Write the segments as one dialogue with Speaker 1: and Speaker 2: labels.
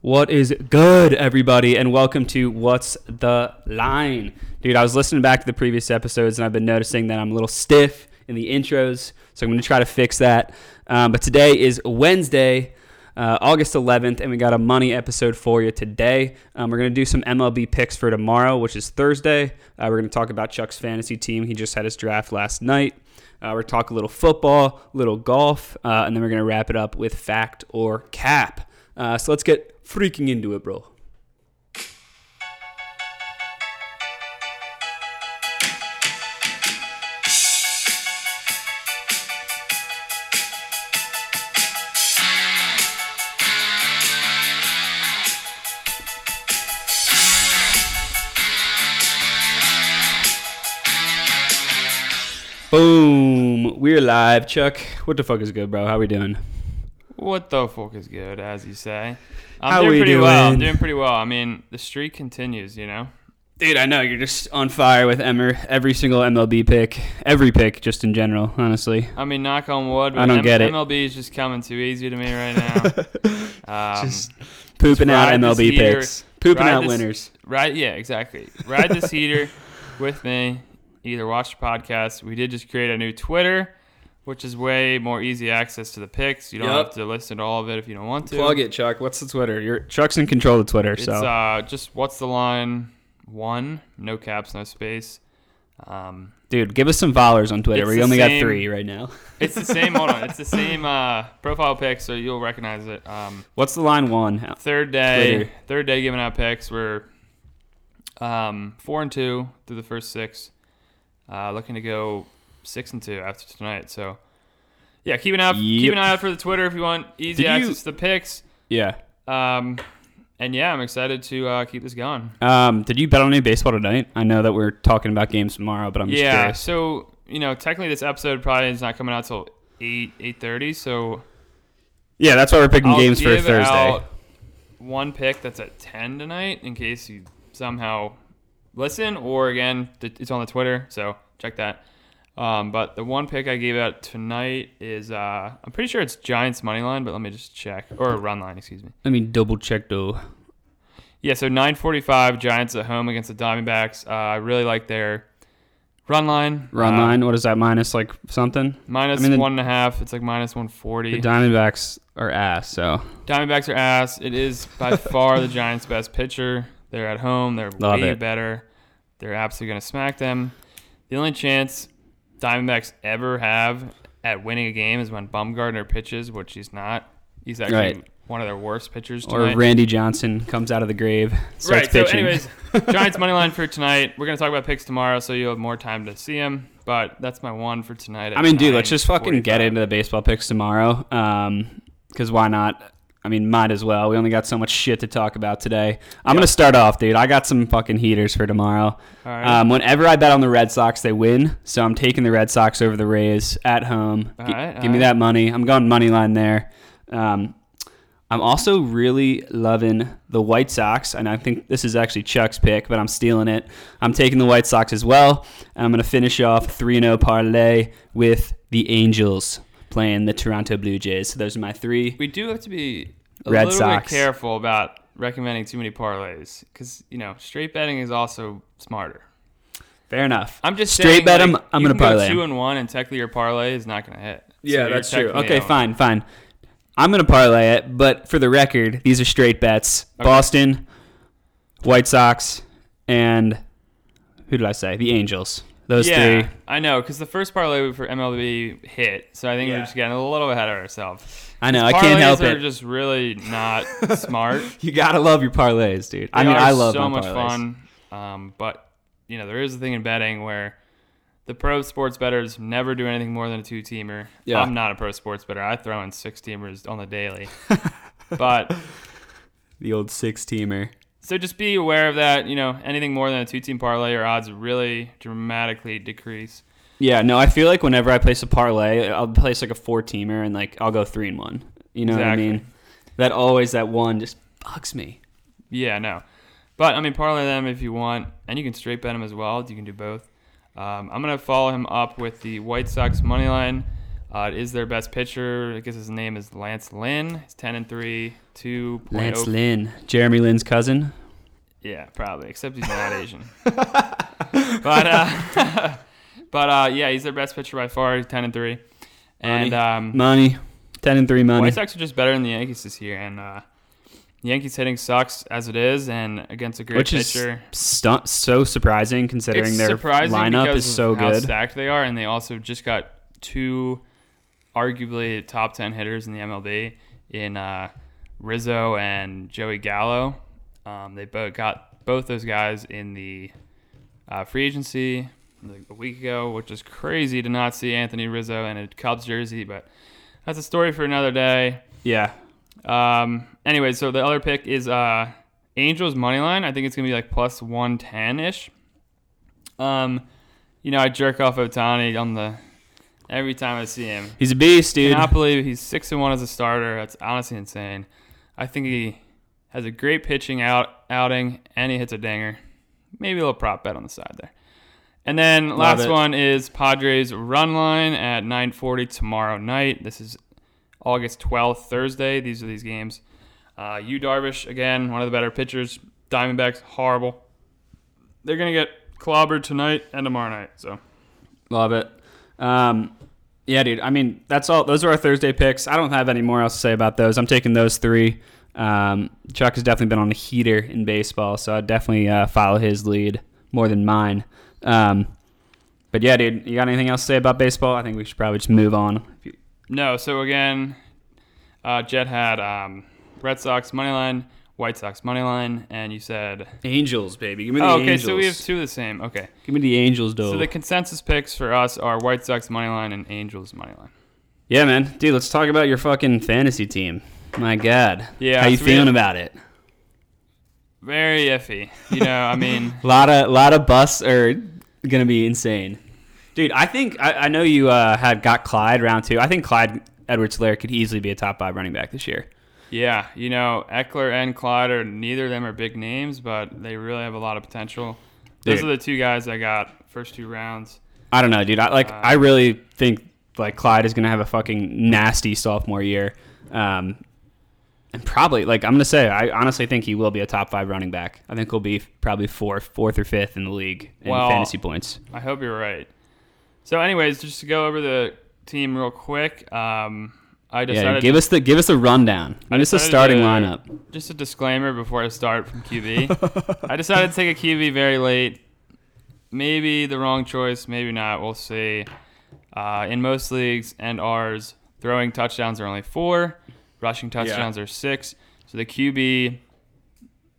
Speaker 1: What is good, everybody, and welcome to What's the Line? Dude, I was listening back to the previous episodes and I've been noticing that I'm a little stiff in the intros, so I'm going to try to fix that. Um, but today is Wednesday, uh, August 11th, and we got a money episode for you today. Um, we're going to do some MLB picks for tomorrow, which is Thursday. Uh, we're going to talk about Chuck's fantasy team. He just had his draft last night. Uh, we're talking a little football, little golf, uh, and then we're going to wrap it up with fact or cap. Uh, so let's get freaking into it, bro. Boom. We're live, Chuck. What the fuck is good, bro? How we doing?
Speaker 2: What the fuck is good, as you say? I'm
Speaker 1: How
Speaker 2: doing
Speaker 1: we
Speaker 2: pretty well. I'm
Speaker 1: doing?
Speaker 2: doing pretty well. I mean, the streak continues, you know.
Speaker 1: Dude, I know you're just on fire with Emmer. Every single MLB pick, every pick, just in general, honestly.
Speaker 2: I mean, knock on wood.
Speaker 1: I don't
Speaker 2: M-
Speaker 1: get it.
Speaker 2: MLB is just coming too easy to me right now. um,
Speaker 1: Just pooping out
Speaker 2: Let's ride
Speaker 1: MLB
Speaker 2: this heater.
Speaker 1: picks, pooping
Speaker 2: Ride
Speaker 1: out
Speaker 2: this-
Speaker 1: winners.
Speaker 2: right? Yeah, exactly. Ride this heater with me. Either watch the podcast. We did just create a new Twitter, which is way more easy access to the picks. You don't
Speaker 1: Yup.
Speaker 2: have to listen to all of it if you don't want to.
Speaker 1: Plug it, Chuck. What's the Twitter? You're, Chuck's in control of Twitter,
Speaker 2: It's
Speaker 1: so
Speaker 2: uh, just what's the line? One, no caps, no space. Um,
Speaker 1: dude, give us some followers on Twitter.
Speaker 2: it's
Speaker 1: We
Speaker 2: the
Speaker 1: only got
Speaker 2: same-
Speaker 1: three right now.
Speaker 2: It's the same. hold on. It's the same uh, profile pic, so you'll recognize it. Um,
Speaker 1: What's the line one?
Speaker 2: third day,
Speaker 1: Twitter.
Speaker 2: third day giving out picks. We're um, four and two through the first six. Uh, looking to go six and two after tonight. So, yeah, keep an eye, keep
Speaker 1: Yep.
Speaker 2: an eye out for the Twitter if you want easy
Speaker 1: Did you-
Speaker 2: access to the picks.
Speaker 1: Yeah.
Speaker 2: Um, and yeah, I'm excited to uh, keep this going.
Speaker 1: Um, did you bet on any baseball tonight? I know that we're talking about games tomorrow, but I'm just
Speaker 2: yeah.
Speaker 1: curious.
Speaker 2: So you know, technically this episode probably is not coming out till eight eight thirty. So
Speaker 1: Yeah, that's why we're picking
Speaker 2: I'll
Speaker 1: games for
Speaker 2: give
Speaker 1: Thursday.
Speaker 2: out one pick that's at 10 tonight in case you somehow listen, or again, th- it's on the Twitter, so check that. Um, but the one pick I gave out tonight is uh, I'm pretty sure it's Giants money line, but let me just check or run line, excuse me.
Speaker 1: Let me double check though.
Speaker 2: Yeah, so 9:45 Giants at home against the Diamondbacks. Uh, I really like their run line.
Speaker 1: Run
Speaker 2: Uh,
Speaker 1: line. What is that? Minus like something.
Speaker 2: minus
Speaker 1: I mean, the-
Speaker 2: one and a half. It's like minus 140.
Speaker 1: The Diamondbacks are ass. So
Speaker 2: Diamondbacks are ass. It is by far the Giants' best pitcher. They're at home. They're
Speaker 1: Love
Speaker 2: way
Speaker 1: it.
Speaker 2: better. They're absolutely going to smack them. The only chance Diamondbacks ever have at winning a game is when Bumgarner pitches, which he's not. He's actually
Speaker 1: Right.
Speaker 2: one of their worst pitchers
Speaker 1: or
Speaker 2: tonight.
Speaker 1: Randy Johnson comes out of the grave. Starts
Speaker 2: right.
Speaker 1: pitching.
Speaker 2: So, anyways, Giants money line for tonight. We're going to talk about picks tomorrow, so you'll have more time to see him. But that's my one for tonight. at
Speaker 1: I mean, dude, let's just fucking
Speaker 2: 9:45.
Speaker 1: get into the baseball picks tomorrow. Um, because why not? I mean, might as well. We only got so much shit to talk about today. I'm gonna start off, dude. I got some fucking heaters for tomorrow.
Speaker 2: All right.
Speaker 1: Um, whenever I bet on the Red Sox, they win. So I'm taking the Red Sox over the Rays at home.
Speaker 2: All
Speaker 1: Gi-
Speaker 2: right, all
Speaker 1: give me
Speaker 2: right.
Speaker 1: that money. I'm going money line there. Um, I'm also really loving the White Sox, and I think this is actually Chuck's pick, but I'm stealing it. I'm taking the White Sox as well, and I'm going to finish off 3 0 parlay with the Angels playing the Toronto Blue Jays. So those are my three.
Speaker 2: we do have to be a
Speaker 1: Red
Speaker 2: little
Speaker 1: Sox.
Speaker 2: bit careful about recommending too many parlays because you know straight betting is also smarter.
Speaker 1: Fair enough.
Speaker 2: I'm just
Speaker 1: straight
Speaker 2: saying,
Speaker 1: bet
Speaker 2: like,
Speaker 1: them. I'm
Speaker 2: you
Speaker 1: going to
Speaker 2: can go
Speaker 1: parlay 'em.
Speaker 2: two and one, and technically your parlay is not going to hit. So
Speaker 1: Yeah,
Speaker 2: you're
Speaker 1: that's true.
Speaker 2: technically
Speaker 1: Okay,
Speaker 2: out.
Speaker 1: fine, fine. I'm gonna parlay it, but for the record, these are straight bets: Boston, White Sox, and who did I say? The Angels. Those
Speaker 2: Yeah,
Speaker 1: three.
Speaker 2: I know because the first parlay for MLB hit, so I think
Speaker 1: Yeah.
Speaker 2: we're just getting a little ahead of ourselves.
Speaker 1: I know. I
Speaker 2: Parlays
Speaker 1: can't help
Speaker 2: are
Speaker 1: it.
Speaker 2: just really not smart.
Speaker 1: you gotta love your parlays, dude. I
Speaker 2: They
Speaker 1: mean,
Speaker 2: are
Speaker 1: I love
Speaker 2: so
Speaker 1: my
Speaker 2: much
Speaker 1: parlays.
Speaker 2: fun. Um, but you know, there is a thing in betting where the pro sports betters never do anything more than a two teamer.
Speaker 1: Yeah.
Speaker 2: I'm not a pro sports better. I throw in six teamers on the daily. but
Speaker 1: The old six teamer.
Speaker 2: so just be aware of that. You know, anything more than a two team parlay, your odds really dramatically decrease.
Speaker 1: Yeah, no, I feel like whenever I place a parlay, I'll place like a four teamer, and like I'll go three and one. You know
Speaker 2: Exactly.
Speaker 1: what I mean? That always that one just bugs me.
Speaker 2: Yeah, no. But I mean, parlay them if you want, and you can straight bet them as well. You can do both. Um, I'm gonna follow him up with the White Sox money line. Uh, it is their best pitcher. I guess his name is Lance Lynn. He's ten and three, two point
Speaker 1: Lance
Speaker 2: oh.
Speaker 1: Lynn, Jeremy Lynn's cousin.
Speaker 2: Yeah, probably. Except he's not Asian. but uh, but uh, yeah, he's their best pitcher by far. He's ten and three, and um,
Speaker 1: Money, ten and three money.
Speaker 2: White Sox are just better than the Yankees this year, and uh, the Yankees hitting sucks as it is, and against a great
Speaker 1: Which is
Speaker 2: pitcher.
Speaker 1: stu- so surprising considering
Speaker 2: it's
Speaker 1: their
Speaker 2: surprising
Speaker 1: lineup
Speaker 2: because
Speaker 1: is
Speaker 2: of
Speaker 1: so
Speaker 2: how
Speaker 1: good.
Speaker 2: stacked they are, and they also just got two arguably top ten hitters in the MLB in uh, Rizzo and Joey Gallo. Um, they both got both those guys in the uh, free agency like a week ago, which is crazy to not see Anthony Rizzo in a Cubs jersey, but that's a story for another day.
Speaker 1: Yeah,
Speaker 2: Um. Anyway, so the other pick is uh, Angels money line. I think it's gonna be like plus one ten ish. Um, you know, I jerk off Otani on the every time I see him.
Speaker 1: he's a beast, dude.
Speaker 2: Cannot believe he's six and one as a starter. That's honestly insane. I think he has a great pitching out outing, and he hits a dinger. Maybe a little prop bet on the side there. And then last
Speaker 1: it.
Speaker 2: one is Padres run line at 9:40 tomorrow night. This is August 12th, Thursday. These are these games. Uh, you Darvish again, one of the better pitchers. Diamondbacks horrible. They're gonna get clobbered tonight and tomorrow night. So
Speaker 1: Love it. Um, yeah, dude. I mean, that's all. Those are our Thursday picks. I don't have any more else to say about those. I'm taking those three. Um, Chuck has definitely been on a heater in baseball, so I definitely uh, follow his lead more than mine. Um, but yeah, dude, you got anything else to say about baseball? I think we should probably just move on. If you-
Speaker 2: No, so again, uh, Jet had um, Red Sox money line, White Sox money line, and you said.
Speaker 1: Angels, baby. Give me the
Speaker 2: Oh, okay,
Speaker 1: Angels. Oh.
Speaker 2: so we have two of the same. Okay,
Speaker 1: Give me the Angels, though.
Speaker 2: so the consensus picks for us are White Sox money line and Angels money line.
Speaker 1: yeah, man, dude. Let's talk about your fucking fantasy team. My God.
Speaker 2: Yeah,
Speaker 1: How you
Speaker 2: so we
Speaker 1: feeling
Speaker 2: have-
Speaker 1: about it?
Speaker 2: Very iffy, you know. I mean,
Speaker 1: lot of lot of busts are gonna be insane, dude. I think I, I know you uh, had got Clyde round two. I think Clyde Edwards Lair could easily be a top five running back this year.
Speaker 2: yeah, you know, Eckler and Clyde are neither of them are big names, but they really have a lot of potential. Those
Speaker 1: Dude.
Speaker 2: are the two guys I got first two rounds.
Speaker 1: I don't know, dude. I like I really think like Clyde is gonna have a fucking nasty sophomore year, um, and probably like I'm gonna say I honestly think he will be a top five running back. I think he'll be probably fourth, fourth or fifth in the league in
Speaker 2: Well,
Speaker 1: fantasy points.
Speaker 2: I hope you're right. So, anyways, just to go over the team real quick, um, I
Speaker 1: Yeah,
Speaker 2: decided
Speaker 1: give us the give us the rundown. Give us the starting
Speaker 2: decided to-
Speaker 1: lineup.
Speaker 2: Just a disclaimer before I start from QB. I decided to take a QB very late. Maybe the wrong choice, maybe not. We'll see. Uh, in most leagues and ours, throwing touchdowns are only four, rushing touchdowns are six. So the QB,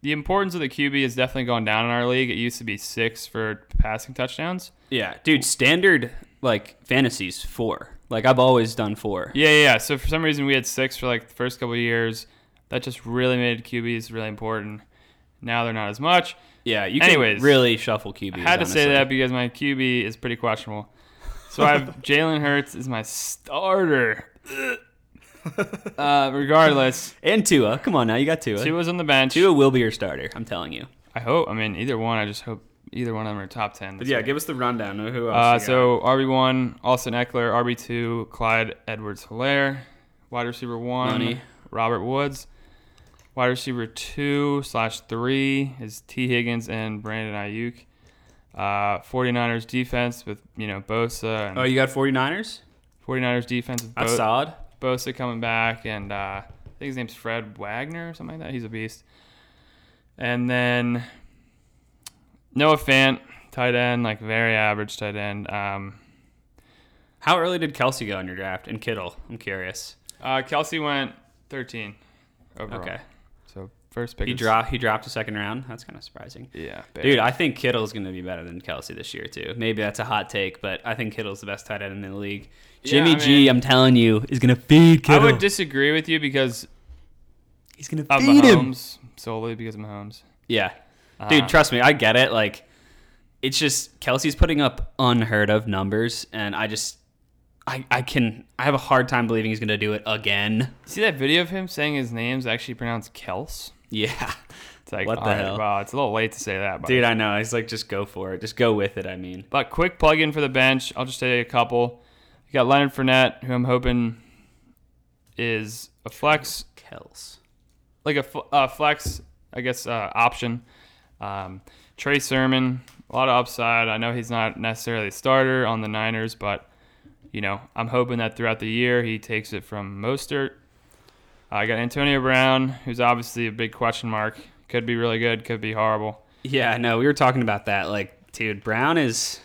Speaker 2: the importance of the QB has definitely gone down in our league. It used to be six for passing touchdowns.
Speaker 1: Yeah, dude, standard like fantasies four. Like I've always done four.
Speaker 2: Yeah, yeah. yeah. So for some reason we had six for like the first couple of years. That just really made QBs really important. Now they're not as much.
Speaker 1: Yeah, you
Speaker 2: can
Speaker 1: can
Speaker 2: Anyways,
Speaker 1: really shuffle QBs.
Speaker 2: I had to say that because my QB is pretty questionable. So I have Jalen Hurts is my starter. uh, regardless,
Speaker 1: And Tua, come on now, you got Tua.
Speaker 2: two
Speaker 1: Tua,
Speaker 2: was on the bench.
Speaker 1: will be your starter. I'm telling you.
Speaker 2: I hope. I mean, either one. I just hope either one of them are top ten. this year.
Speaker 1: give us the rundown. Of who else?
Speaker 2: Uh, so RB one, Austin Eckler. RB two, Clyde Edwards Hilaire. Wide receiver one,
Speaker 1: Money.
Speaker 2: Robert Woods. Wide receiver two slash three is T Higgins and Brandon Ayuk. Uh, 49ers defense with you know Bosa and
Speaker 1: oh, you got 49ers.
Speaker 2: 49ers defense with
Speaker 1: That's
Speaker 2: Bo-
Speaker 1: solid.
Speaker 2: Bosa coming back, and uh, I think his name's Fred Wagner or something like that. He's a beast. And then Noah Fant, tight end, like very average tight end. Um,
Speaker 1: How early did Kelsey go in your draft? And Kittle, I'm curious.
Speaker 2: uh, Kelsey went 13 overall.
Speaker 1: Okay,
Speaker 2: So first pick.
Speaker 1: he
Speaker 2: is-
Speaker 1: dropped. He dropped a second round. That's kind of surprising.
Speaker 2: Yeah, big.
Speaker 1: Dude, I think Kittle's going to be better than Kelsey this year too. Maybe that's a hot take, but I think Kittle's the best tight end in the league.
Speaker 2: Yeah,
Speaker 1: Jimmy
Speaker 2: I
Speaker 1: G,
Speaker 2: mean-
Speaker 1: I'm telling you, is going to feed
Speaker 2: I
Speaker 1: Kittle.
Speaker 2: would disagree with you because
Speaker 1: He's going to
Speaker 2: of
Speaker 1: feed him.
Speaker 2: Mahomes solely because of Mahomes.
Speaker 1: Yeah. Dude,
Speaker 2: Uh,
Speaker 1: trust me, I get it. Like, it's just Kelsey's putting up unheard of numbers, and I just, I, I can, I have a hard time believing he's gonna do it again.
Speaker 2: See that video of him saying his name's actually pronounced Kels?
Speaker 1: Yeah,
Speaker 2: It's like,
Speaker 1: What the
Speaker 2: all right,
Speaker 1: hell?
Speaker 2: Wow, it's a little late to say that, but
Speaker 1: dude, I know. He's like, just go for it, just go with it. I mean,
Speaker 2: But quick plug in for the bench. I'll just say a couple. You got Leonard Fournette, who I'm hoping is a flex,
Speaker 1: Kels.
Speaker 2: like a, fl- a flex, I guess, uh, option. Um, Trey Sermon, a lot of upside. I know he's not necessarily a starter on the Niners, but you know, I'm hoping that throughout the year he takes it from Mostert. I got Antonio Brown, who's obviously a big question mark. Could be really good, could be horrible.
Speaker 1: Yeah, no, we were talking about that. Like, dude, Brown is.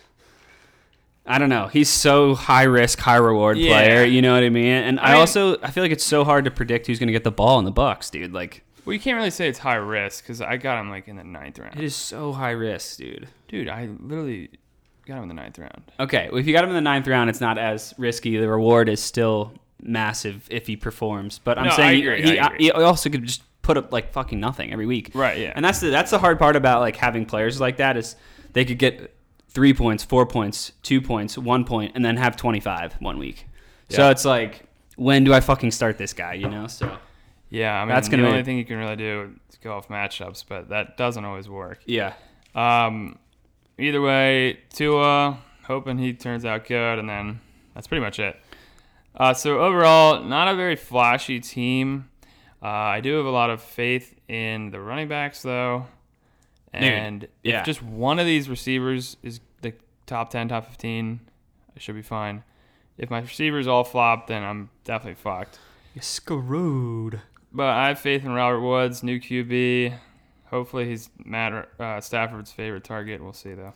Speaker 1: I don't know. He's so high risk, high reward
Speaker 2: Yeah.
Speaker 1: player. You know what I mean? And I,
Speaker 2: mean-
Speaker 1: also I feel like it's so hard to predict who's going to get the ball in the Bucks, dude. Like,
Speaker 2: Well, you can't really say it's high risk because I got him like in the ninth round.
Speaker 1: it is so high risk, dude.
Speaker 2: Dude, I literally got him in the ninth round.
Speaker 1: Okay, well, if you got him in the ninth round, it's not as risky. The reward is still massive if he performs. But I'm
Speaker 2: No, I
Speaker 1: saying
Speaker 2: agree,
Speaker 1: he,
Speaker 2: I agree.
Speaker 1: he also could just put up like fucking nothing every week.
Speaker 2: Right, yeah.
Speaker 1: And that's the that's the hard part about like having players like that is they could get three points, four points, two points, one point, and then have 25 one week. So
Speaker 2: Yeah.
Speaker 1: it's like, when do I fucking start this guy? You know, so
Speaker 2: Yeah, I mean,
Speaker 1: That's
Speaker 2: that's
Speaker 1: gonna
Speaker 2: the
Speaker 1: be-
Speaker 2: only thing you can really do is go off matchups, but that doesn't always work.
Speaker 1: yeah,
Speaker 2: Um, either way, Tua, hoping he turns out good, and then that's pretty much it. Uh, so overall, not a very flashy team. Uh, I do have a lot of faith in the running backs, though. And
Speaker 1: yeah.
Speaker 2: if just one of these receivers is the top 10, top 15, I should be fine. If my receivers all flop, then I'm definitely fucked.
Speaker 1: You're screwed.
Speaker 2: But I have faith in Robert Woods, new QB. Hopefully he's Matt uh, Stafford's favorite target. We'll see though.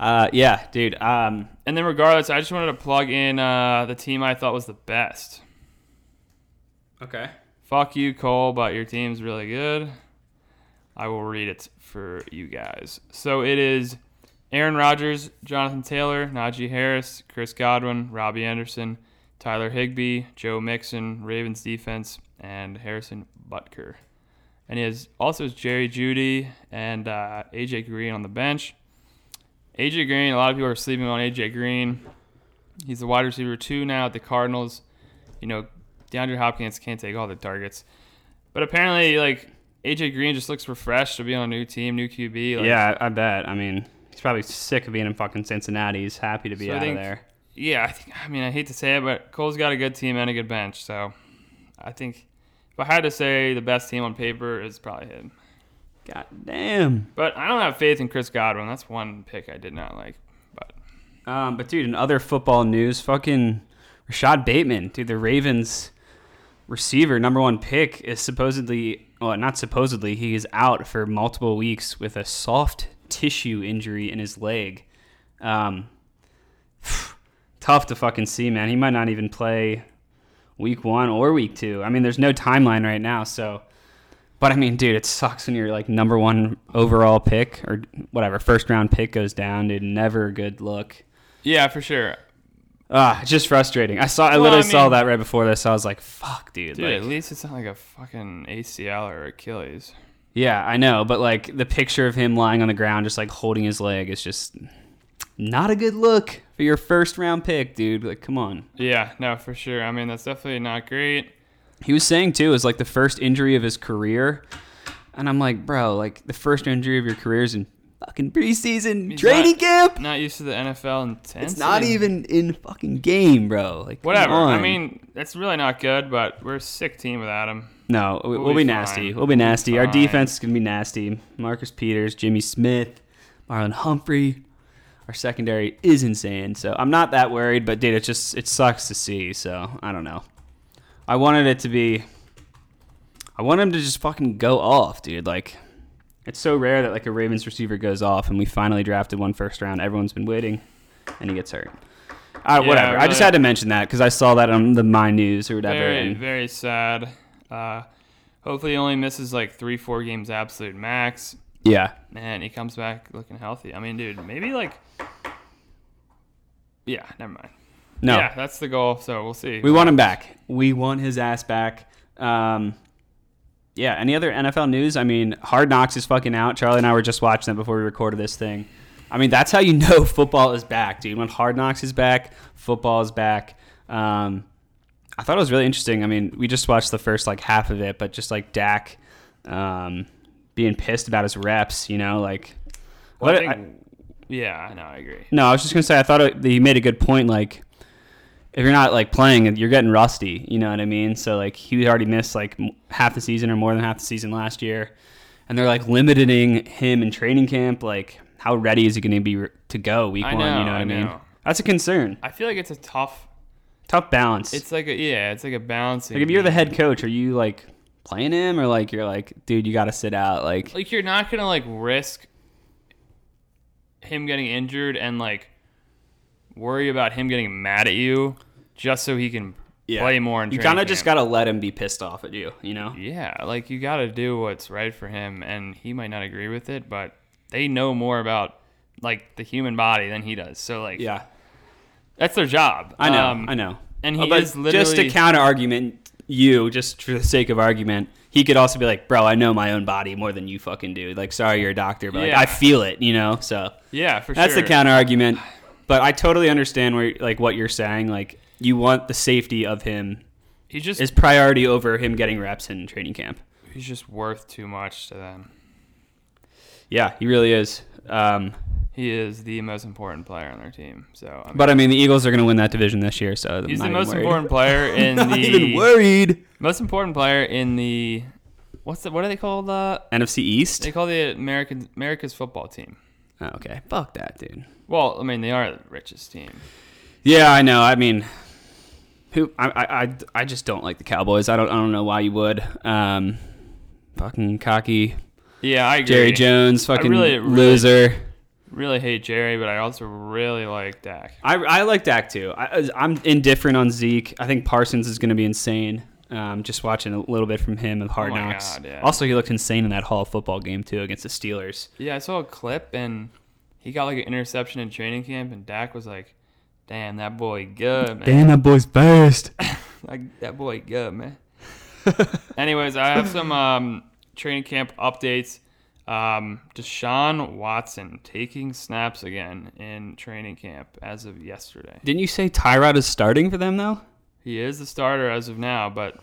Speaker 1: Uh, yeah, dude. Um,
Speaker 2: And then regardless, I just wanted to plug in uh, the team I thought was the best.
Speaker 1: okay.
Speaker 2: Fuck you, Cole, but your team's really good. I will read it for you guys. So it is Aaron Rodgers, Jonathan Taylor, Najee Harris, Chris Godwin, Robbie Anderson, Tyler Higbee, Joe Mixon, Ravens defense, and Harrison Butker. And he has also Jerry Judy and uh, AJ Green on the bench. AJ Green, a lot of people are sleeping on AJ Green. He's the wide receiver two now at the Cardinals. You know, DeAndre Hopkins can't take all the targets, but apparently, like AJ Green just looks refreshed to be on a new team, new QB. Like,
Speaker 1: yeah, I I bet. I mean, he's probably sick of being in fucking Cincinnati. He's happy to be
Speaker 2: So I
Speaker 1: out
Speaker 2: think-
Speaker 1: of there.
Speaker 2: Yeah, I think. I mean, I hate to say it, but Cole's got a good team and a good bench. So, I think if I had to say the best team on paper is probably him.
Speaker 1: God damn.
Speaker 2: But I don't have faith in Chris Godwin. That's one pick I did not like. But
Speaker 1: Um, but dude, in other football news, fucking Rashad Bateman, dude, the Ravens receiver, number one pick, is supposedly well, not supposedly, he is out for multiple weeks with a soft tissue injury in his leg. Um, tough to fucking see, man. He might not even play week one or week two. I mean, there's no timeline right now, so. But I mean, dude, it sucks when your like number one overall pick or whatever first round pick goes down, dude. Never a good look.
Speaker 2: yeah, for sure,
Speaker 1: Ah, it's just frustrating. I saw. I
Speaker 2: Well,
Speaker 1: literally
Speaker 2: I
Speaker 1: saw
Speaker 2: mean-
Speaker 1: that right before this. I was like, "Fuck, dude."
Speaker 2: dude.
Speaker 1: like-
Speaker 2: at least it's not like a fucking ACL or Achilles.
Speaker 1: yeah, I know, but like the picture of him lying on the ground, just like holding his leg, is just not a good look for your first round pick, dude. Like, come on.
Speaker 2: Yeah, no, for sure. I mean, that's definitely not great.
Speaker 1: He was saying too, is like the first injury of his career, and I'm like, bro, like the first injury of your career is in fucking preseason
Speaker 2: He's
Speaker 1: training
Speaker 2: not-
Speaker 1: camp.
Speaker 2: Not used to the NFL intensity.
Speaker 1: It's not even in fucking game, bro. Like, come
Speaker 2: Whatever. I
Speaker 1: on.
Speaker 2: mean, it's really not good, but we're a sick team without him.
Speaker 1: No, we- we'll,
Speaker 2: We'll
Speaker 1: be,
Speaker 2: be
Speaker 1: nasty.
Speaker 2: fine.
Speaker 1: We'll be nasty. Our
Speaker 2: fine.
Speaker 1: defense is going to be nasty. Marcus Peters, Jimmy Smith, Marlon Humphrey. Our secondary is insane. So I'm not that worried, but dude, it just it sucks to see. So I don't know. I wanted it to be. I want him to just fucking go off, dude. Like, it's so rare that like a Ravens receiver goes off, and we finally drafted one first round. Everyone's been waiting, and he gets hurt. All right,
Speaker 2: Yeah,
Speaker 1: whatever. I just
Speaker 2: really-
Speaker 1: had to mention that because I saw that on the My News or whatever.
Speaker 2: Very,
Speaker 1: and-
Speaker 2: very sad. Uh, hopefully, he only misses like three, four games absolute max,
Speaker 1: yeah.
Speaker 2: and he comes back looking healthy. I mean, dude, maybe like, yeah, never mind.
Speaker 1: No.
Speaker 2: Yeah, that's the goal. So we'll see.
Speaker 1: We want him back. We want his ass back. Um, yeah. Any other NFL news? I mean, Hard Knocks is fucking out. Charlie and I were just watching that before we recorded this thing. I mean, that's how you know football is back, dude. When Hard Knocks is back, football is back. Um, I thought it was really interesting. I mean, we just watched the first like half of it, but just like Dak um, being pissed about his reps, you know, like.
Speaker 2: Well, I
Speaker 1: what-
Speaker 2: think- yeah, no, I agree.
Speaker 1: no, I was just gonna say I thought it, that he made a good point. Like if you're not like playing, you're getting rusty. You know what I mean? So like he already missed like m- half the season or more than half the season last year, and they're like limiting him in training camp. Like how ready is he going to be re- to go week
Speaker 2: I
Speaker 1: one?
Speaker 2: know,
Speaker 1: you know what
Speaker 2: I
Speaker 1: I mean?
Speaker 2: know.
Speaker 1: That's a concern.
Speaker 2: I feel like it's a tough.
Speaker 1: Tough balance.
Speaker 2: It's like a yeah. It's like a balancing.
Speaker 1: like if you're the
Speaker 2: game.
Speaker 1: head coach, are you like playing him or like you're like, dude, you got to sit out? Like
Speaker 2: like you're not gonna like risk him getting injured and like worry about him getting mad at you just so he can play more. In
Speaker 1: You
Speaker 2: training
Speaker 1: kind of just
Speaker 2: camp.
Speaker 1: got to let him be pissed off at you. You know?
Speaker 2: yeah, like you got to do what's right for him, and he might not agree with it, but they know more about like the human body than he does. So like
Speaker 1: Yeah.
Speaker 2: that's their job.
Speaker 1: I know,
Speaker 2: Um,
Speaker 1: I know.
Speaker 2: and
Speaker 1: Uh,
Speaker 2: he
Speaker 1: but
Speaker 2: is literally
Speaker 1: just a counter argument. You just for the sake of argument, he could also be like, "Bro, I know my own body more than you fucking do. Like, sorry, you're a doctor, but
Speaker 2: Yeah.
Speaker 1: like, I feel it, you know." So
Speaker 2: yeah for
Speaker 1: that's
Speaker 2: sure.
Speaker 1: the counter argument. But I totally understand where like what you're saying. Like, you want the safety of him
Speaker 2: He's just
Speaker 1: is priority over him getting reps in training camp.
Speaker 2: he's just worth too much to them.
Speaker 1: Yeah, he really is. Um,
Speaker 2: He is the most important player on their team. So I mean,
Speaker 1: but I mean, the Eagles are going to win that division this year, so I'm
Speaker 2: he's
Speaker 1: not
Speaker 2: the
Speaker 1: even
Speaker 2: most
Speaker 1: worried.
Speaker 2: important player in
Speaker 1: Not even
Speaker 2: the
Speaker 1: worried.
Speaker 2: most important player in the what's the what are they called? Uh,
Speaker 1: NFC East.
Speaker 2: they call the American America's football team.
Speaker 1: Oh, okay, fuck that, dude.
Speaker 2: Well, I mean they are the richest team.
Speaker 1: Yeah, I know. I mean, who? I, I, I, I just don't like the Cowboys. I don't. I don't know why you would. Um, fucking cocky
Speaker 2: Yeah, I agree.
Speaker 1: Jerry Jones, fucking
Speaker 2: really- really-
Speaker 1: loser.
Speaker 2: Really hate Jerry, but I also really like Dak.
Speaker 1: I, I like Dak too. I, I'm indifferent on Zeke. I think Parsons is going to be insane. Um, just watching a little bit from him of Hard
Speaker 2: Oh my
Speaker 1: Knocks.
Speaker 2: God, yeah.
Speaker 1: Also, he looked insane in that Hall of Football game too against the Steelers.
Speaker 2: Yeah, I saw a clip and he got like an interception in training camp, and Dak was like, "Damn, that boy good, man.
Speaker 1: that boy's fast.
Speaker 2: Like that boy good, man." Anyways, I have some um, training camp updates. Um, Deshaun Watson taking snaps again in training camp as of yesterday.
Speaker 1: Didn't you say Tyrod is starting for them though?
Speaker 2: He is the starter as of now, but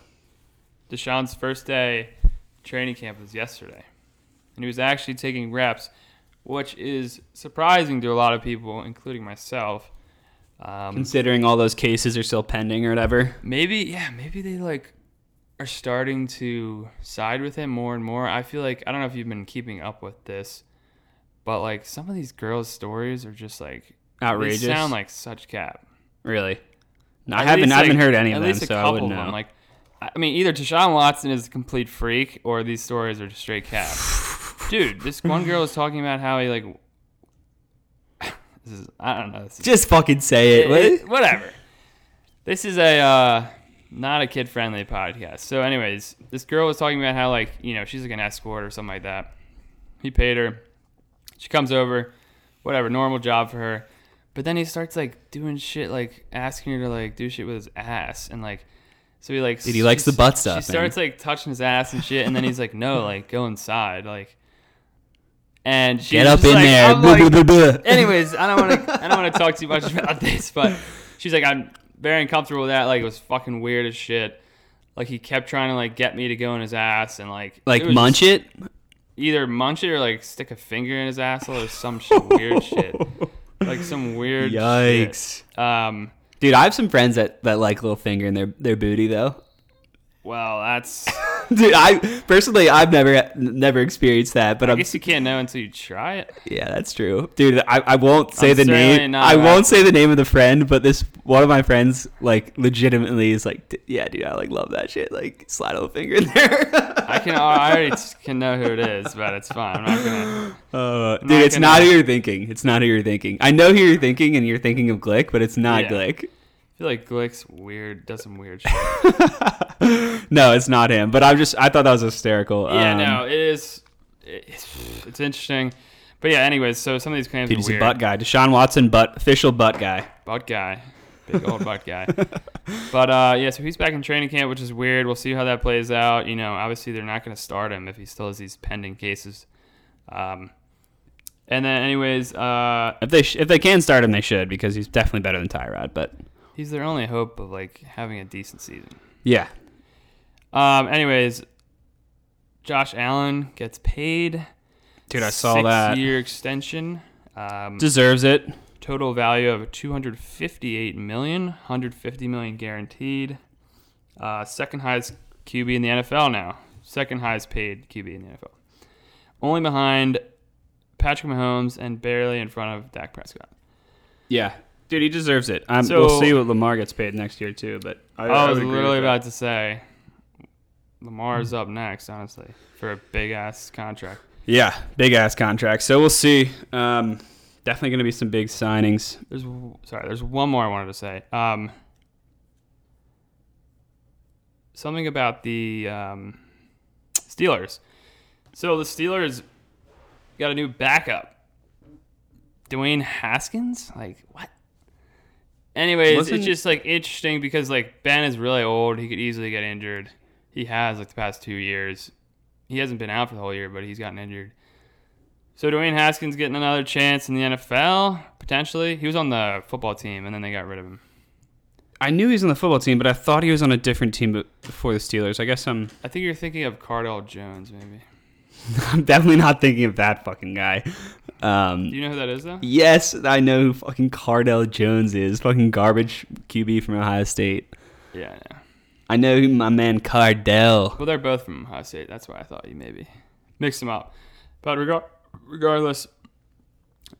Speaker 2: Deshaun's first day training camp was yesterday. And he was actually taking reps, which is surprising to a lot of people, including myself. Um,
Speaker 1: Considering all those cases are still pending or whatever.
Speaker 2: maybe, yeah, maybe they like are starting to side with him more and more. I feel like, I don't know if you've been keeping up with this, but like some of these girls' stories are just like,
Speaker 1: Outrageous.
Speaker 2: they sound like such cap.
Speaker 1: Really? No, I
Speaker 2: At
Speaker 1: haven't.
Speaker 2: least,
Speaker 1: I haven't
Speaker 2: like-
Speaker 1: heard any of
Speaker 2: at
Speaker 1: them,
Speaker 2: least a
Speaker 1: so I
Speaker 2: couple
Speaker 1: wouldn't
Speaker 2: of them.
Speaker 1: know.
Speaker 2: Like, I I mean, either Deshaun Watson is a complete freak or these stories are just straight cap. Dude, this one girl was talking about how he like. This is I don't know. This is,
Speaker 1: just fucking say it.
Speaker 2: it- it- whatever. This is a uh, not a kid friendly podcast. So, anyways, this girl was talking about how like you know she's like an escort or something like that. He paid her. She comes over, whatever, normal job for her. But then he starts like doing shit, like asking her to like do shit with his ass, and like, so he like.
Speaker 1: Dude, he likes the butt stuff, man.
Speaker 2: She starts like touching his ass and shit, and then he's like, "No, like go inside, like." And she's
Speaker 1: Get up
Speaker 2: just
Speaker 1: in
Speaker 2: like-
Speaker 1: there.
Speaker 2: I'm
Speaker 1: Blah,
Speaker 2: like-
Speaker 1: blah, blah, blah.
Speaker 2: anyways, I don't want to. I don't want to talk too much about this, but she's like, I'm very uncomfortable with that. Like, it was fucking weird as shit. Like, he kept trying to like get me to go in his ass and like
Speaker 1: like
Speaker 2: was
Speaker 1: munch
Speaker 2: just
Speaker 1: it.
Speaker 2: either munch it or like stick a finger in his asshole or some shit, weird shit, like some weird. shit.
Speaker 1: Yikes.
Speaker 2: Um.
Speaker 1: Dude, I have some friends that, that like little finger in their, their booty though.
Speaker 2: Well, that's.
Speaker 1: Dude, I personally I've never never experienced that, but
Speaker 2: I
Speaker 1: I'm
Speaker 2: guess you can't know until you try it.
Speaker 1: yeah, that's true. Dude, I, I won't say
Speaker 2: I'm
Speaker 1: the
Speaker 2: certainly
Speaker 1: name.
Speaker 2: not
Speaker 1: I
Speaker 2: about-
Speaker 1: won't say the name of the friend, but this one of my friends like legitimately is like, "D- yeah, dude, I like love that shit. Like slide a little finger in there.
Speaker 2: I can. I already can know who it is, but it's fine. I'm not gonna.
Speaker 1: Uh,
Speaker 2: not
Speaker 1: dude, it's
Speaker 2: gonna-
Speaker 1: not who you're thinking. It's not who you're thinking. I know who you're thinking, and you're thinking of Glick, but it's not
Speaker 2: Yeah.
Speaker 1: Glick.
Speaker 2: I feel like Glick's weird. Does some weird shit.
Speaker 1: No, it's not him. But I'm just. I thought that was hysterical.
Speaker 2: Yeah,
Speaker 1: Um,
Speaker 2: no, it is. It's, it's interesting, but yeah. Anyways, so some of these claims
Speaker 1: Dude,
Speaker 2: are
Speaker 1: he's
Speaker 2: weird.
Speaker 1: a butt guy. Deshaun Watson, butt official butt guy.
Speaker 2: Butt guy, big old butt guy. But uh, yeah, so he's back in training camp, which is weird. We'll see how that plays out. You know, obviously they're not going to start him if he still has these pending cases. Um, and then, anyways, uh,
Speaker 1: If they sh- if they can start him, they should because he's definitely better than Tyrod. But
Speaker 2: he's their only hope of like having a decent season.
Speaker 1: yeah,
Speaker 2: Um, anyways, Josh Allen gets paid.
Speaker 1: dude, I saw that
Speaker 2: year extension. Um,
Speaker 1: deserves it.
Speaker 2: total value of 258 million, 150 million guaranteed. Uh, second highest QB in the NFL now. Second highest paid QB in the NFL. Only behind Patrick Mahomes and barely in front of Dak Prescott.
Speaker 1: Yeah, dude, he deserves it. Um,
Speaker 2: So-
Speaker 1: we'll see what Lamar gets paid next year too. But I,
Speaker 2: I,
Speaker 1: I
Speaker 2: was
Speaker 1: would agree
Speaker 2: literally
Speaker 1: with that.
Speaker 2: about to say Lamar's up next, honestly, for a big ass contract.
Speaker 1: Yeah, big ass contract. So we'll see. Um, definitely going to be some big signings.
Speaker 2: There's w- sorry, there's one more I wanted to say. Um, something about the um, Steelers. So the Steelers got a new backup, Dwayne Haskins. Like what? Anyways,
Speaker 1: Wasn't-
Speaker 2: it's just like interesting because like Ben is really old. He could easily get injured. He has like the past two years. He hasn't been out for the whole year, but he's gotten injured. So Dwayne Haskins getting another chance in the NFL potentially. He was on the football team, and then they got rid of him.
Speaker 1: I knew he was on the football team, but I thought he was on a different team be- before the Steelers. I guess I'm,
Speaker 2: I think you're thinking of Cardell Jones, maybe.
Speaker 1: I'm definitely not thinking of that fucking guy. Um,
Speaker 2: Do you know who that is, though?
Speaker 1: Yes, I know who fucking Cardell Jones is. Fucking garbage QB from Ohio State.
Speaker 2: Yeah. I know.
Speaker 1: I know who my man Cardell.
Speaker 2: Well, they're both from Ohio State. That's why I thought you maybe mixed them up. But regar- regardless,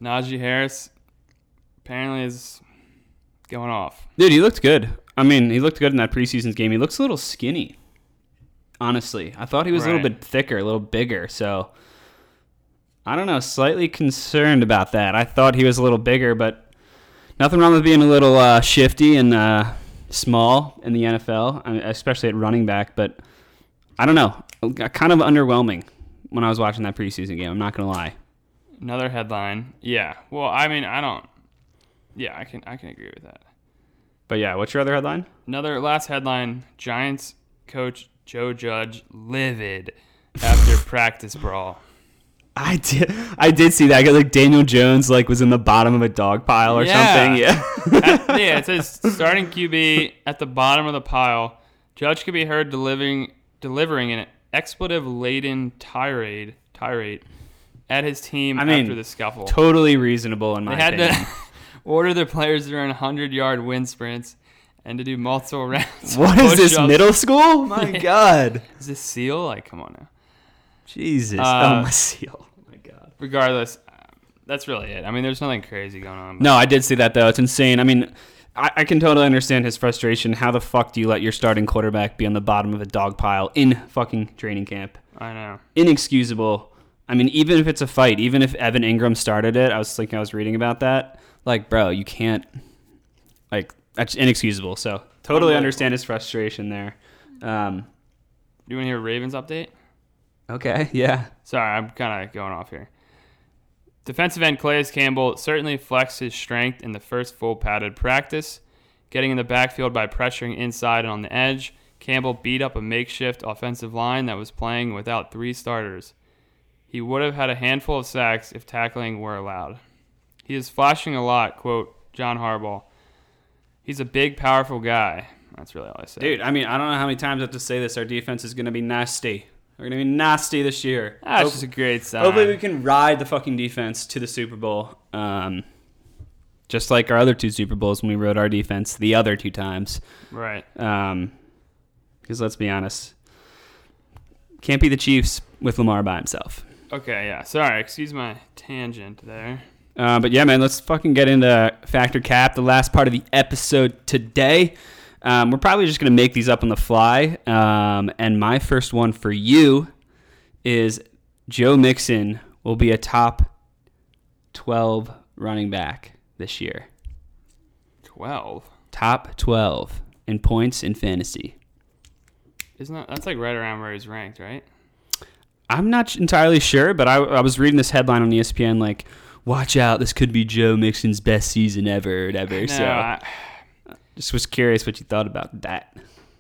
Speaker 2: Najee Harris apparently is going off.
Speaker 1: Dude, he looked good. I mean, he looked good in that preseason game. He looks a little skinny. Honestly, I thought he was a little
Speaker 2: Right.
Speaker 1: bit thicker, a little bigger. So I don't know, slightly concerned about that. I thought he was a little bigger, but nothing wrong with being a little uh, shifty and uh, small in the NFL, I mean, especially at running back. But I don't know, kind of underwhelming when I was watching that preseason game. I'm not gonna lie.
Speaker 2: Another headline. Yeah. Well, I mean, I don't. Yeah, I can I can agree with that.
Speaker 1: But yeah, what's your other headline?
Speaker 2: Another last headline: Giants coach Joe Judge livid after practice brawl.
Speaker 1: I did. I did see that. 'cause, Like Daniel Jones, like was in the bottom of a dog pile or
Speaker 2: Yeah.
Speaker 1: something. Yeah.
Speaker 2: At- yeah, it says starting QB at the bottom of the pile. Judge could be heard delivering delivering an expletive laden tirade tirade at his team
Speaker 1: I mean,
Speaker 2: after the scuffle.
Speaker 1: totally reasonable in my
Speaker 2: they had
Speaker 1: opinion.
Speaker 2: to order their players to run 100 yard wind sprints and to do multiple rounds. of
Speaker 1: what is this
Speaker 2: push-ups.
Speaker 1: middle school? My God,
Speaker 2: Is this seal? Like, come on now.
Speaker 1: Jesus!
Speaker 2: Uh,
Speaker 1: oh my seal! Oh my God.
Speaker 2: Regardless, um, that's really it. I mean, there's nothing crazy going on. but-
Speaker 1: No, I did see that though. It's insane. I mean, I, I can totally understand his frustration. How the fuck do you let your starting quarterback be on the bottom of a dog pile in fucking training camp?
Speaker 2: I know.
Speaker 1: inexcusable. I mean, even if it's a fight, even if Evan Ingram started it, I was thinking I was reading about that. Like, bro, you can't. Like, that's inexcusable. So totally understand his frustration there. Um,
Speaker 2: Do you want to hear a Ravens update?
Speaker 1: okay, yeah,
Speaker 2: Sorry, I'm kind of going off here. Defensive end Clayus Campbell certainly flexed his strength in the first full padded practice. Getting in the backfield by pressuring inside and on the edge, Campbell beat up a makeshift offensive line that was playing without three starters. He would have had a handful of sacks if tackling were allowed. He is flashing a lot, quote John Harbaugh. He's a big, powerful guy. That's really all I said.
Speaker 1: dude. I mean, I don't know how many times I have to say this. Our defense is gonna be nasty. We're gonna be nasty this year.
Speaker 2: that's
Speaker 1: Hope-
Speaker 2: Ah, just a great sign.
Speaker 1: hopefully, we can ride the fucking defense to the Super Bowl. Um, just like our other two Super Bowls when we rode our defense the other two times.
Speaker 2: right.
Speaker 1: Um, because let's be honest, can't be the Chiefs with Lamar by himself.
Speaker 2: Okay, yeah. Sorry, excuse my tangent there.
Speaker 1: Uh, but yeah, man, let's fucking get into Factor Cap, the last part of the episode today. Um, we're probably just gonna make these up on the fly. Um, and my first one for you is Joe Mixon will be a top twelve running back this year.
Speaker 2: 12
Speaker 1: Top twelve in points in fantasy.
Speaker 2: isn't that that's like right around where he's ranked right
Speaker 1: I'm not entirely sure, but I, I was reading this headline on E ESPN like, "Watch out, this could be Joe Mixon's best season ever, or whatever." so,
Speaker 2: I-
Speaker 1: just was curious what you thought about that.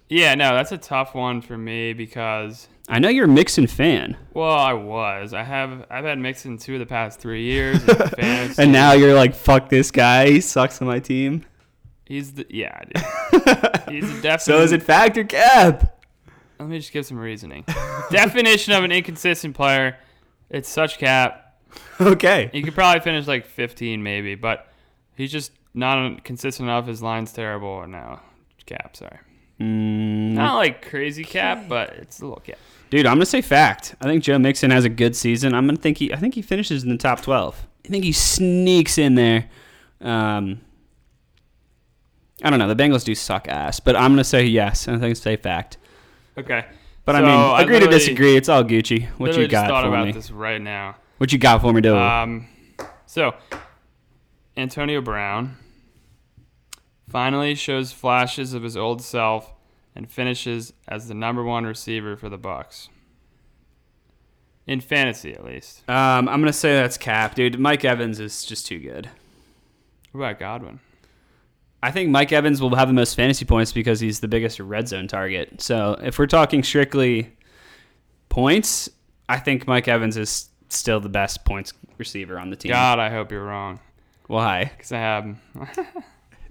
Speaker 2: yeah no that's a tough one for me because
Speaker 1: I know you're a Mixon fan,
Speaker 2: well i was i have i've had mixon two of the past three years in fantasy.
Speaker 1: and now you're like, "Fuck this guy, he sucks on my team."
Speaker 2: he's the yeah dude. he's a definite
Speaker 1: So is it factor cap?
Speaker 2: let me just give some reasoning definition of an inconsistent player it's such cap
Speaker 1: Okay,
Speaker 2: you could probably finish like 15 maybe but He's just not consistent enough. His line's terrible now. Cap, sorry.
Speaker 1: Mm,
Speaker 2: Not like crazy cap, but it's a little cap.
Speaker 1: Dude, I'm gonna say fact. I think Joe Mixon has a good season. I'm gonna think he. I think he finishes in the top twelve. I think he sneaks in there. Um, I don't know. The Bengals do suck ass, but I'm gonna say yes. And I think it's say fact.
Speaker 2: Okay.
Speaker 1: But I
Speaker 2: So, I
Speaker 1: mean, agree to
Speaker 2: literally-
Speaker 1: disagree. It's all Gucci. What
Speaker 2: Literally
Speaker 1: you
Speaker 2: just
Speaker 1: got
Speaker 2: thought
Speaker 1: for
Speaker 2: about
Speaker 1: me? Oh.
Speaker 2: this right now.
Speaker 1: What you got for me, Dylan?
Speaker 2: Um, so Antonio Brown finally shows flashes of his old self and finishes as the number one receiver for the Bucks. In fantasy, at least.
Speaker 1: Um, I'm gonna say that's cap, dude. Mike Evans is just too good.
Speaker 2: What about Godwin?
Speaker 1: I think Mike Evans will have the most fantasy points because he's the biggest red zone target. So if we're talking strictly points, I think Mike Evans is still the best points receiver on the team.
Speaker 2: God, I hope you're wrong,
Speaker 1: Why?
Speaker 2: because I have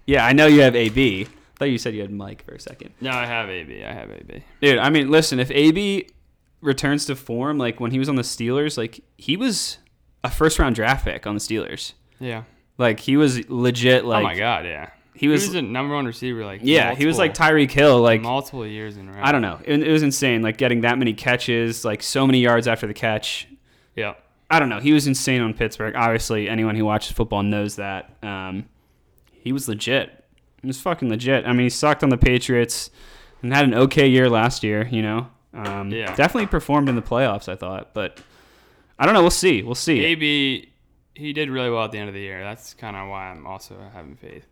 Speaker 1: Yeah, I know you have AB. I thought you said you had Mike for a second.
Speaker 2: no, I have AB, I have AB.
Speaker 1: Dude, I mean, listen, if AB returns to form, like when he was on the Steelers, like he was a first round draft pick on the Steelers.
Speaker 2: Yeah.
Speaker 1: Like he was legit like
Speaker 2: oh my God, yeah.
Speaker 1: he was
Speaker 2: he was a number one receiver, like
Speaker 1: yeah, he was like
Speaker 2: multiple-
Speaker 1: Tyreek Hill like
Speaker 2: multiple years in a row.
Speaker 1: I don't know. It, it was insane, like getting that many catches, like so many yards after the catch.
Speaker 2: Yeah.
Speaker 1: I don't know. He was insane on Pittsburgh. Obviously, anyone who watches football knows that. Um, he was legit. He was fucking legit. I mean, he sucked on the Patriots and had an okay year last year. You know, um,
Speaker 2: Yeah.
Speaker 1: definitely performed in the playoffs. I thought, but I don't know. We'll see. We'll see.
Speaker 2: AB, he did really well at the end of the year. That's kind of why I'm also having faith.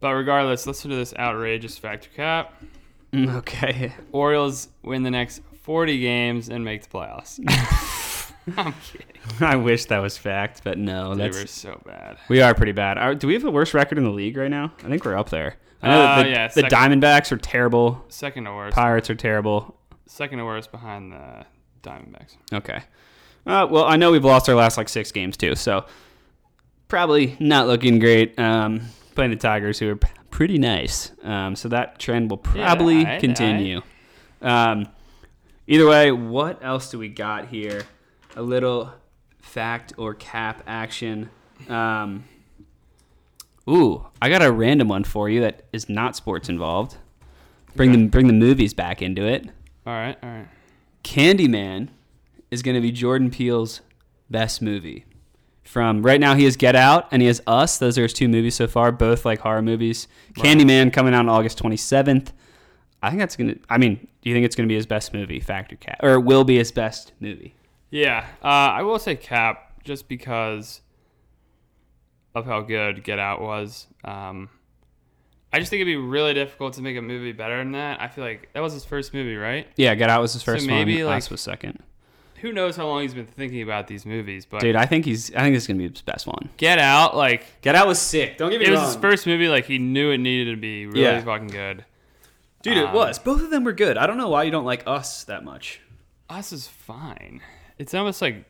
Speaker 2: But regardless, listen to this outrageous factor cap.
Speaker 1: Mm, Okay.
Speaker 2: Orioles win the next 40 games and make the playoffs. I'm kidding.
Speaker 1: I wish that was fact, but no.
Speaker 2: They
Speaker 1: That's
Speaker 2: were so bad.
Speaker 1: we are pretty bad. Are, do we have the worst record in the league right now? I think we're up there. I know that
Speaker 2: Uh,
Speaker 1: the,
Speaker 2: yeah,
Speaker 1: the
Speaker 2: second.
Speaker 1: Diamondbacks are terrible.
Speaker 2: Second to worst.
Speaker 1: Pirates are terrible.
Speaker 2: Second to worst behind the Diamondbacks.
Speaker 1: Okay. Uh, well, I know we've lost our last like six games too, so probably not looking great. Um, playing the Tigers, who are p- pretty nice, um, so that trend will probably
Speaker 2: aye,
Speaker 1: continue. Um, either way, what else do we got here? A little fact or cap action. Um, ooh, I got a random one for you that is not sports involved. Bring the bring the movies back into it.
Speaker 2: All right, all right.
Speaker 1: Candyman is going to be Jordan Peele's best movie. From right now, he has Get Out and he has Us. Those are his two movies so far, both like horror movies. Candyman coming out on August 27th. I think that's gonna. I mean, do you think it's gonna be his best movie, Factor Cat, or it will be his best movie?
Speaker 2: Yeah, uh, I will say Cap just because of how good Get Out was. Um, I just think it'd be really difficult to make a movie better than that. I feel like that was his first movie, right?
Speaker 1: Yeah, Get Out was his first
Speaker 2: maybe,
Speaker 1: one.
Speaker 2: like-
Speaker 1: Us was second.
Speaker 2: Who knows how long he's been thinking about these movies, but
Speaker 1: Dude, I think he's. I think this is gonna be his best one.
Speaker 2: Get Out, like
Speaker 1: Get Out was sick. Don't get me
Speaker 2: it was
Speaker 1: wrong.
Speaker 2: his first movie, like he knew it needed to be really
Speaker 1: Yeah.
Speaker 2: fucking good.
Speaker 1: Dude, it was. Both of them were good. I don't know why you don't like Us that much.
Speaker 2: Us is fine. It's almost like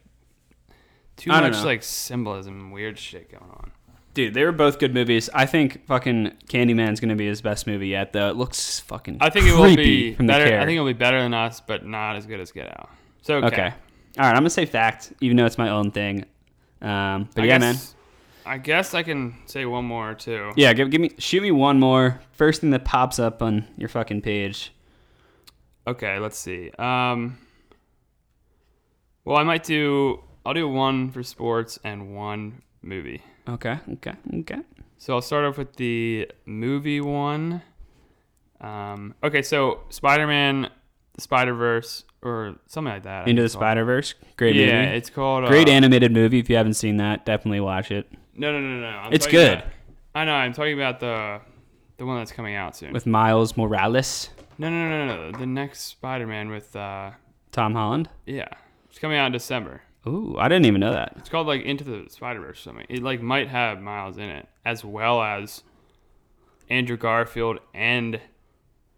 Speaker 2: too
Speaker 1: I don't
Speaker 2: much
Speaker 1: know.
Speaker 2: like symbolism, and weird shit going on.
Speaker 1: Dude, they were both good movies. I think fucking Candyman's gonna be his best movie yet, though. It looks fucking.
Speaker 2: I think it will
Speaker 1: creepy
Speaker 2: be
Speaker 1: from the
Speaker 2: better. I
Speaker 1: care.
Speaker 2: think it'll be better than us, but not as good as Get Out. So okay,
Speaker 1: okay. All right, I'm gonna say fact, even though it's my own thing. Um, but
Speaker 2: I
Speaker 1: yeah, man.
Speaker 2: guess, man. I guess I can say one more or two.
Speaker 1: Yeah, give, give me shoot me one more. First thing that pops up on your fucking page.
Speaker 2: Okay, let's see. Um, well, I might do. I'll do one for sports and one movie.
Speaker 1: Okay, okay, okay.
Speaker 2: So I'll start off with the movie one. Um, okay, so Spider-Man, the Spider-Verse, or something like that. I
Speaker 1: Into the
Speaker 2: think it's called.
Speaker 1: Spider Verse, great
Speaker 2: Yeah,
Speaker 1: movie.
Speaker 2: it's called.
Speaker 1: Great
Speaker 2: uh,
Speaker 1: animated movie. If you haven't seen that, definitely watch it
Speaker 2: No, no, no, no. I'm
Speaker 1: It's
Speaker 2: talking
Speaker 1: good.
Speaker 2: about- I know. I'm talking about the the one that's coming out soon.
Speaker 1: with Miles Morales,
Speaker 2: no, no, no, no, no. The next Spider-Man with uh,
Speaker 1: Tom Holland.
Speaker 2: yeah, it's coming out in December.
Speaker 1: Ooh, I didn't even know that.
Speaker 2: It's called like Into the Spider-Verse or something. It like might have Miles in it as well as Andrew Garfield and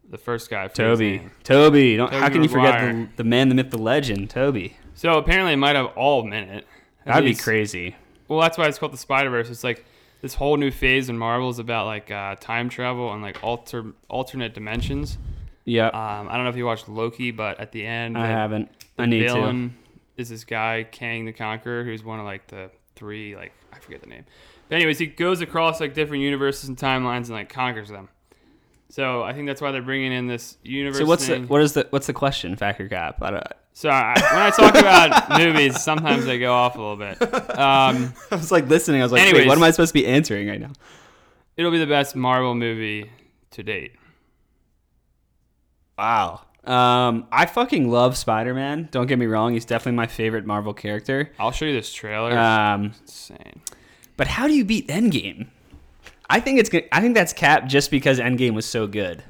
Speaker 2: the first guy I forget his
Speaker 1: Toby,
Speaker 2: name.
Speaker 1: Toby, don't, how
Speaker 2: Toby
Speaker 1: can you forget the,
Speaker 2: Maguire.
Speaker 1: the man, the myth, the legend, Toby?
Speaker 2: So apparently, it might have all of them in it. At
Speaker 1: That'd be
Speaker 2: least-
Speaker 1: crazy.
Speaker 2: Well, that's why it's called the Spider Verse. It's like this whole new phase in Marvel is about like uh, time travel and like alter alternate dimensions.
Speaker 1: Yeah,
Speaker 2: Um, I don't know if you watched Loki, but at the end,
Speaker 1: Uh, I
Speaker 2: the
Speaker 1: haven't.
Speaker 2: the
Speaker 1: I need
Speaker 2: villain is this guy Kang the Conqueror, who's one of like the three, like I forget the name. But anyways, he goes across like different universes and timelines and like conquers them. So I think that's why they're bringing in this universe.
Speaker 1: So what's the,
Speaker 2: thing.
Speaker 1: what is the what's the question? Factor cap. I don't,
Speaker 2: So I, when I talk about movies, sometimes they go off a little bit. Um,
Speaker 1: I was like listening. I was like, wait,
Speaker 2: Anyways.
Speaker 1: what am I supposed to be answering right now?
Speaker 2: it'll be the best Marvel movie to date.
Speaker 1: Wow. Um, I fucking love Spider Man. Don't get me wrong; he's definitely my favorite Marvel character.
Speaker 2: I'll show you this trailer.
Speaker 1: Um,
Speaker 2: it's insane.
Speaker 1: but how do you beat Endgame? I think it's go- I think that's cap just because Endgame was so good.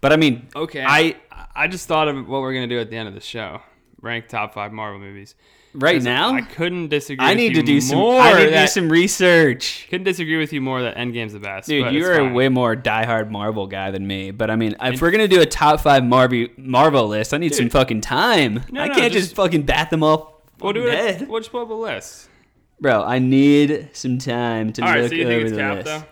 Speaker 1: But I mean,
Speaker 2: Okay. I
Speaker 1: I-
Speaker 2: I just thought of what we're gonna do at the end of the show. Rank top five Marvel movies.
Speaker 1: right
Speaker 2: 'Cause
Speaker 1: now
Speaker 2: I couldn't disagree.
Speaker 1: I
Speaker 2: with
Speaker 1: need to
Speaker 2: you
Speaker 1: do some.
Speaker 2: more.
Speaker 1: I need to do
Speaker 2: that-
Speaker 1: some research.
Speaker 2: Couldn't disagree with you more that Endgame's the best.
Speaker 1: Dude,
Speaker 2: but
Speaker 1: you
Speaker 2: it's
Speaker 1: are a
Speaker 2: fine.
Speaker 1: way more diehard Marvel guy than me. But I mean, if we're gonna do a top five Marvel Marvel list, I need some fucking time.
Speaker 2: No,
Speaker 1: I
Speaker 2: no,
Speaker 1: can't just,
Speaker 2: just-
Speaker 1: fucking bat them off.
Speaker 2: We'll do
Speaker 1: head.
Speaker 2: it. We'll just pull up a list.
Speaker 1: Bro, I need some time to
Speaker 2: All right.
Speaker 1: look
Speaker 2: So you
Speaker 1: over
Speaker 2: think it's
Speaker 1: the
Speaker 2: Cap
Speaker 1: list.
Speaker 2: though?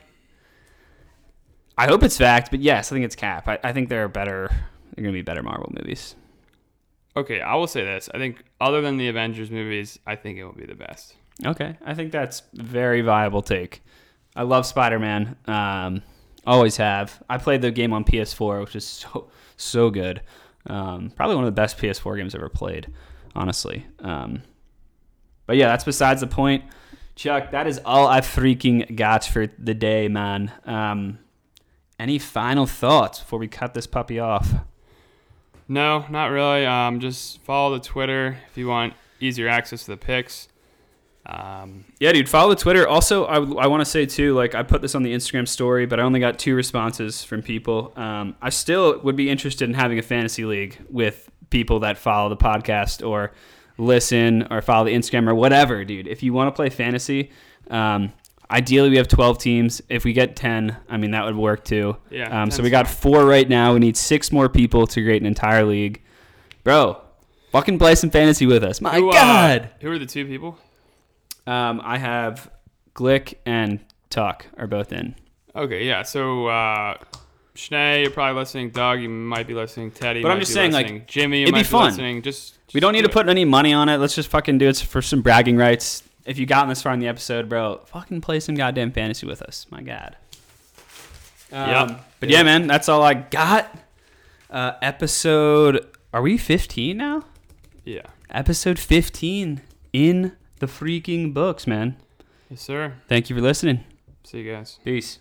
Speaker 1: I hope it's fact, but yes, I think it's Cap. I, I think there are better. They're gonna be better Marvel movies.
Speaker 2: Okay, I will say this. I think other than the Avengers movies, I think it will be the best.
Speaker 1: Okay, I think that's a very viable take. I love Spider Man. Um, always have. I played the game on PS4, which is so so good. Um, probably one of the best PS4 games ever played, honestly. Um, but yeah, that's besides the point. Chuck, that is all I freaking got for the day, man. Um, any final thoughts before we cut this puppy off?
Speaker 2: No, not really. Um, just follow the Twitter if you want easier access to the picks. Um,
Speaker 1: Yeah, dude, follow the Twitter. Also, I, I want to say too, like I put this on the Instagram story, but I only got two responses from people. Um, I still would be interested in having a fantasy league with people that follow the podcast or listen or follow the Instagram or whatever, dude. If you want to play fantasy, um, ideally we have twelve teams. If we get ten, I mean that would work too.
Speaker 2: Yeah,
Speaker 1: Um, so
Speaker 2: 10's
Speaker 1: we got four right now. We need six more people to create an entire league, bro. Fucking play some fantasy with us, Oh my
Speaker 2: who, uh,
Speaker 1: god.
Speaker 2: who are the two people?
Speaker 1: Um, I have Glick and Tuck are both in.
Speaker 2: Okay, yeah. So uh, Schnee, you're probably listening. Doug, you might be listening. Teddy,
Speaker 1: But I'm
Speaker 2: might
Speaker 1: just
Speaker 2: be
Speaker 1: saying, like,
Speaker 2: listening. Jimmy, you
Speaker 1: it'd be
Speaker 2: might
Speaker 1: fun.
Speaker 2: listening. Just,
Speaker 1: We don't need to
Speaker 2: just do
Speaker 1: put any money on it. Let's just fucking do it for some bragging rights. If you gotten this far in the episode, bro, fucking play some goddamn fantasy with us. My god. Um,
Speaker 2: Yep.
Speaker 1: But
Speaker 2: Yeah.
Speaker 1: yeah, man, that's all I got. Uh, episode. Are we 15 now?
Speaker 2: it. Yeah.
Speaker 1: Episode 15 in the freaking books, man.
Speaker 2: Yes, sir.
Speaker 1: Thank you for listening.
Speaker 2: See you guys.
Speaker 1: Peace.